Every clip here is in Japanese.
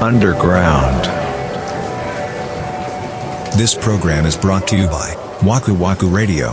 underground. This program is brought to you by Waku Waku Radio.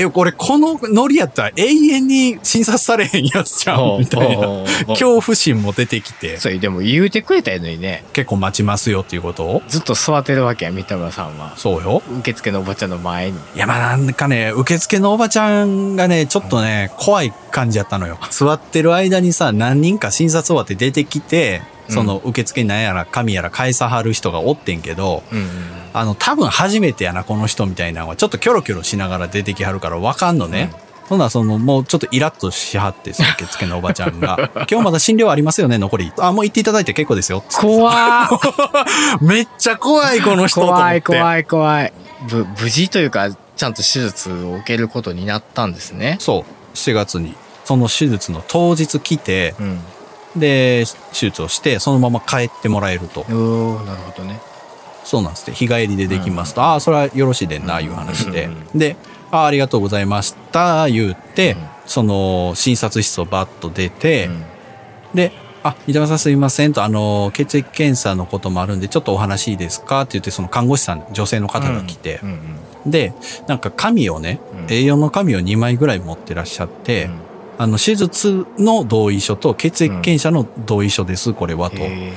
え、これ、このノリやったら永遠に診察されへんやつじゃん、みたいな。今恐怖心も出てき日、てそれでも言うてくれたやのにね結構待ちますよっていうことを。ずっと座ってるわけや三田村さんはそうよ。受付のおばちゃんの前にいや、まあなんかね、受付のおばちゃんがね、ちょっとね、怖い感じやったのよ。座ってる間にさ、何人か診察終わって出てきて、その受付に何やら紙やら返さはる人がおってんけど、うんうんあの、多分初めてやな、この人みたいなのは、ちょっとキョロキョロしながら出てきはるからわかんのね。ほんならその、もうちょっとイラッとしは って、その受付のおばちゃんが、今日まだ診療ありますよね、残り。あ、もう行っていただいて結構 ですよ。怖っめっちゃ怖い、この人と思って。怖い怖い怖いぶ無事というかちゃんと手術を受けることになったんですねそう、7月に。その手術の当日来て、うんで、手術をして、そのまま帰ってもらえると。おーなるほどねそうなんですって。日帰りでできますと。ああ、それはよろしいでんな、いう話で。で、ああ、ありがとうございました、言って、うんその、診察室をバッと出て、うんで、あ、三田村さんすいませんと、あの、血液検査のこともあるんで、ちょっとお話いいですかって言って、その看護師さん、女性の方が来てう、んうんで、なんか紙をね、うん A4 の紙を2枚ぐらい持ってらっしゃって、あの、手術の同意書と血液検査の同意書です、これはと。え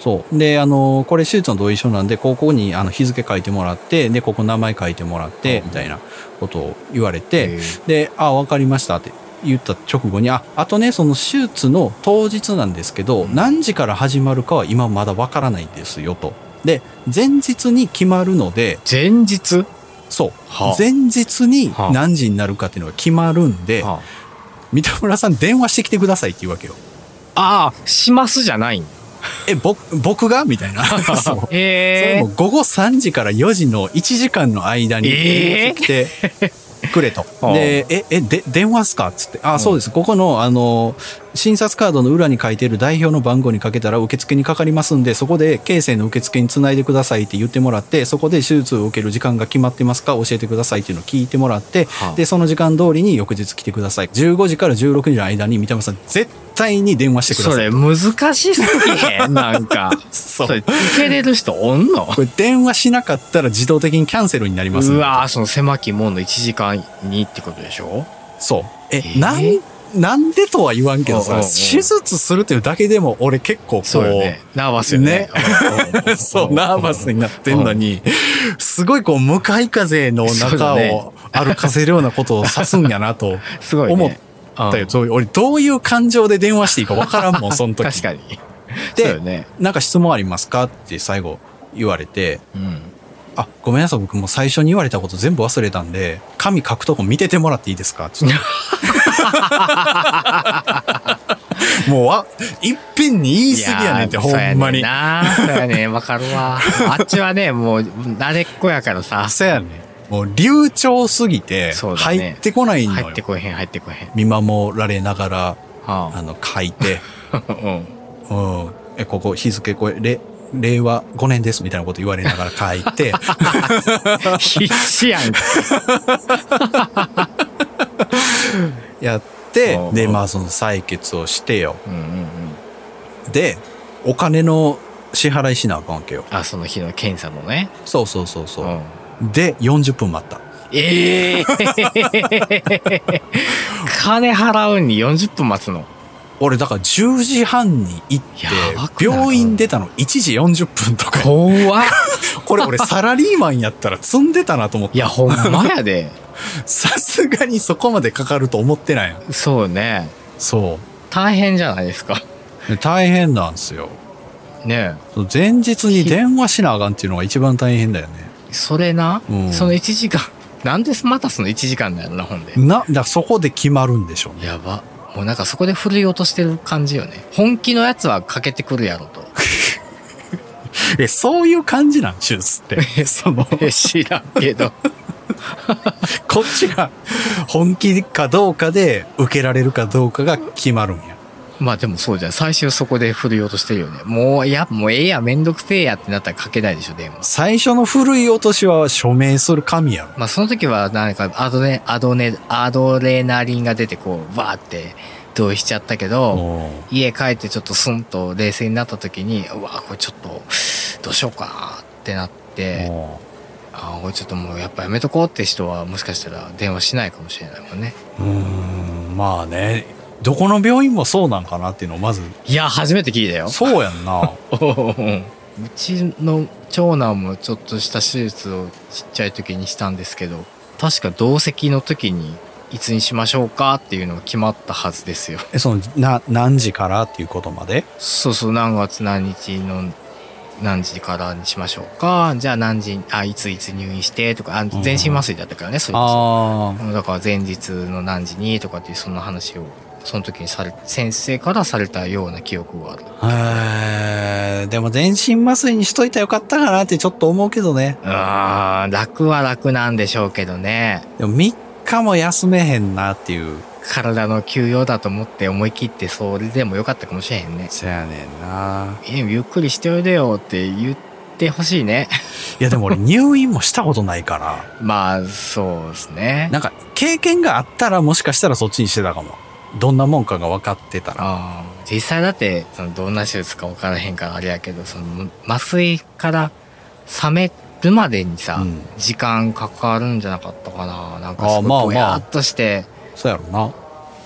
そう。で、あの、これ手術の同意書なんで、ここにあの日付書いてもらって、で、ここ名前書いてもらって、みたいなことを言われて、で、あ、わかりましたって言った直後に、あ、あとね、その手術の当日なんですけど、うん何時から始まるかは今まだわからないんですよ、と。で、前日に決まるので、前日そうはあ。前日にはあ何時になるかっていうのが決まるんで、あ三田村さん電話してきてくださいって言うわけよ。あーしますじゃないんだえ、僕、僕がみた いな。そう。それへえも午後3時から4時の1時間の間にえー来てくれと。 はあで、え、え、で、電話っすかっつって。あ、そうです。ここの、あの、診察カードの裏に書いてる代表の番号にかけたら受付にかかりますんで、そこで、京成の受付につないでくださいって言ってもらって、そこで手術を受ける時間が決まってますか教えてくださいっていうのを聞いてもらってはあ、で、その時間通りに翌日来てください。15時から16時の間に、三田村さん、絶対に電話してくだそさい。れ難しすぎへんなんか そうそれ受けれる人おんのこれ電話しなかったら自動的にキャンセルになりますんうでわーその狭き門の1時間にってことでしょそう。え、ーなん、なんでとは言わんけどうんさ、うんうん手術するというだけでも俺結構こう、そうよねナーバスよねね そう、ナーバスになってんのに、すごいこう、向かい風のそうだ中ねを歩かせるようなことを指すんやな とすごいね思ったよ。うんそう俺どういう感情で電話していいかわからんもん、その時。 確かにでそうよねなんか質問ありますかって最後言われて、うんあ、ごめんなさい、僕もう最初に言われたこと全部忘れたんで、紙書くとこ見ててもらっていいですかち ょっともうあ、いっぺんに言い過ぎやねんって、いほんまに。やーそうやねんなそうやねんわかる わあっちはねもう慣れっこやからさそうやねん。もう流暢すぎて、そうだね入ってこないのよ入って。こいへん入ってこいへん見守られながら、ああの、書いて、 あうんうん、え、ここ日付これ、れ令和5年ですみたいなこと言われながら書い て、 必死やんかやってうん、で、まあその採血をしてよ。うんうんうんで、お金の支払いしなあかんわけよ。あその日の検査のねそうそうそううそう。んで、40分待った。ええ 金払うんに40分待つの俺、だから10時半に行ってやば、くない病院出たの1時40分とか。怖っこれ俺サラリーマンやったら積んでたなと思っいて、やほん まやでさすがにそこまでかかると思ってない。そうねそ大変じゃないですかう。で大変なんですよ。ねそう前日に電話しなあかんっていうのが一番大変だよね。えそれな、うんその1時間なんでまたその1時間だよなほんでな、だからそこで決まるんでしょうね。やばもうなんかそこで振り落としてる感じよね本気のやつはかけてくるやろとえ、そういう感じなん、手術 って。え、 その、え 知らんけ どこっちが本気かどうかで受けられるかどうかが決まるんや。まあでもそうじゃん最終そこで振り落としてるよねもういやもうええやめんどくせえやってなったらかけないでしょ電話最初の古い落としは署名する神やろ。まあその時はなんかアドレアドネアドレナリンが出てこうバーってドしちゃったけど、おー家帰ってちょっとスンと冷静になった時に、うわ、これちょっと、どうしようかってなって、おあーこれちょっともうやっぱやめとこうって人はもしかしたら電話しないかもしれないもんね。ーうーんまあねどこの病院もそうなんかなっていうのをまずいや、初めて聞いたよ。そうやん なうちの長男もちょっとした手術をちっちゃい時にしたんですけど確か同席の時にいつにしましょうかっていうのが決まったはずですよえそのな何時からっていうことまでそうそう何月何日の何時からにしましょうかじゃあ何時あいついつ入院してとかあ全身麻酔だったからね、それこそああだから前日の何時にとかっていうそんな話をその時にされ先生からされたような記憶があるえーでも全身麻酔にしといたらよかったかなってちょっと思うけどね。あー楽は楽なんでしょうけどねでも3日も休めへんなっていう。体の休養だと思って思い切ってそれでもよかったかもしれへんね。そやねんな。えゆっくりしておいでよって言ってほしいね。いやでも俺入院もしたことないから、まあ、そうですね。 なんか経験があったらもしかしたらそっちにしてたかも。どんなもんかが分かってたら。あー実際だって、そのどんな手術か分からへんからあれやけど、その麻酔から冷めるまでにさ、うん時間かかるんじゃなかったかな。なんかあーすまあまごあいぼやっとして、そうやろな。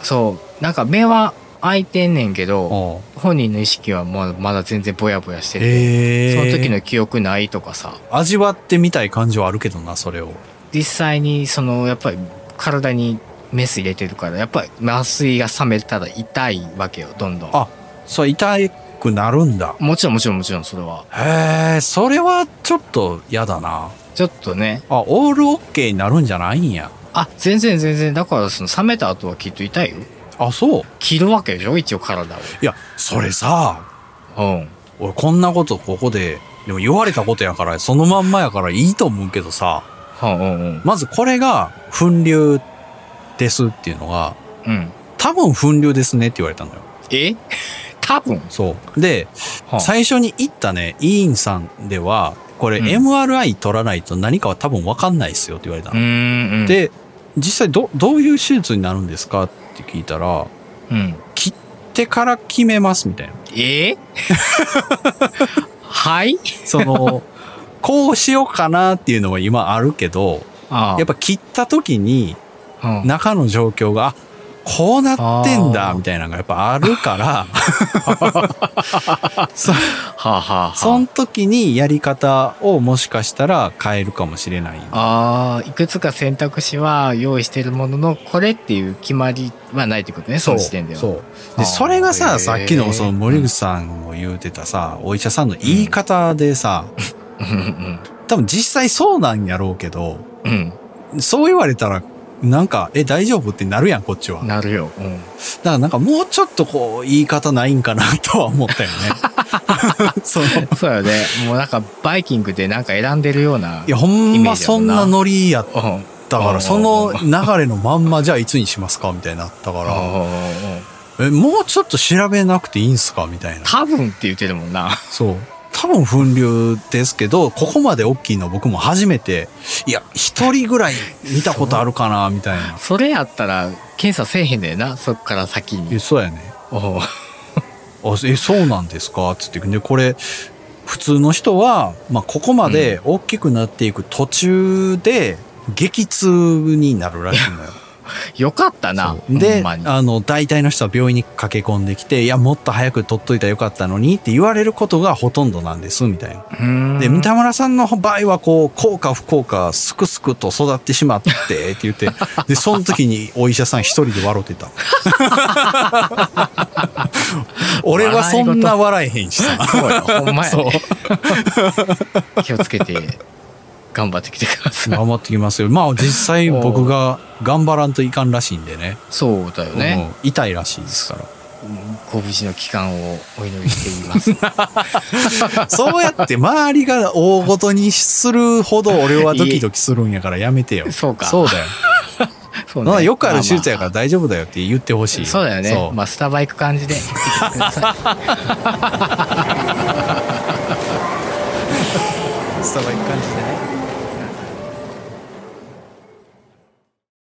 そう、なんか目は開いてんねんけど、おう本人の意識はまだまだ全然ぼやぼやしてて、ええその時の記憶ないとかさ、味わってみたい感じはあるけどな、それを。実際にそのやっぱり体にメス入れてるからやっぱり麻酔が冷めたら痛いわけよどんどんあ、そう痛くなるんだ。もちろんもちろんもちろんそれはへえ、それはちょっと嫌だな。ちょっとねあ、オールオッケーになるんじゃないんや。あ全然全然だからその冷めた後はきっと痛いよあ、そう。切るわけでしょ一応体いや、それさ、をうん俺こんなことここで、でも言われたことやから、そのまんまやからいいと思うけどさ、うんうんうんまずこれが、粉流ですっていうのが、うん多分粉流ですねって言われたのよ。え 多分そう。で、はあ最初に行ったね、委員さんでは、これうん MRI 取らないと何かは多分わかんないっすよって言われたうの。んうんで、実際ど、どういう手術になるんですかって聞いたら、うん切ってから決めますみたいな。え はいそ の、こうしようかなっていうのは今あるけど、あやっぱ切った時にぱ、うん中の状況が、あこうなってんあだーみたいなのがやっぱあ るから、そはあ、はあはあ、その時にやり方をもしかしたら変えるかもしれない。ああ、いくつか選択肢は用意してるものの、これっていう決まりはないってことね、その時点では。そう。あーで、それがへーさ、さっきのその森口さんも言うてたさ、お医者さんの言い方でさ、うん多分実際そうなんやろうけど、うん。そう言われたら、なんか、え、大丈夫ってなるやん、こっちは。うん。だかなるよ。うん。らなんかもうちょっとこう、言い方ないんかなとは思った よね。その、いそうよね。もうなんか、バイキングでなんか選んでるような。や、ほイんメーまジやそもんんななノリやっうん。うん。たかうら、んその流れのまんま、じゃあいつにしますかみたいになったかうんら、え、もうちょっと調べなくていいんすかみたいな。多分って言ってるもんな。そう。多分分流ですけど、ここまで大きいの僕も初めて、いや、一人ぐらい見たことあるかな、みたいな。それやったら、検査せえへんだよな、そっから先え、に。そうやね。おうあえそうなんですかつってでこれ普通の人は、まあ、ここまで大きくなっていく途中で激痛になるらしいのよ。よかったな、ほんで、まに。あの、大体の人は病院に駆け込んできて、いや、もっと早く取っといたらよかったのにって言われることがほとんどなんです、みたいな。で、三田村さんの場合は、こう、効果不効果、すくすくと育ってしまって、って言って、で、その時にお医者さん一人で笑って た。俺はそんな笑えへんしさ。そうよ、ほんまや、 そうね。 気をつけて、頑張ってきてください。頑張ってきますよ。まあ、実際僕が頑張らんといかんらしいんでね。そうだよね。うん痛いらしいですから。ご無事の期間をお祈りしてい ます。そうやって周りが大ごとにするほど俺はドキドキするんやからやめてよ。そうかそうだよ。そまあよくある手術やまあから大丈夫だよって言ってほしい。そうだよね。ままあスタバ行く感じで。あ、スタバ行く感じでね。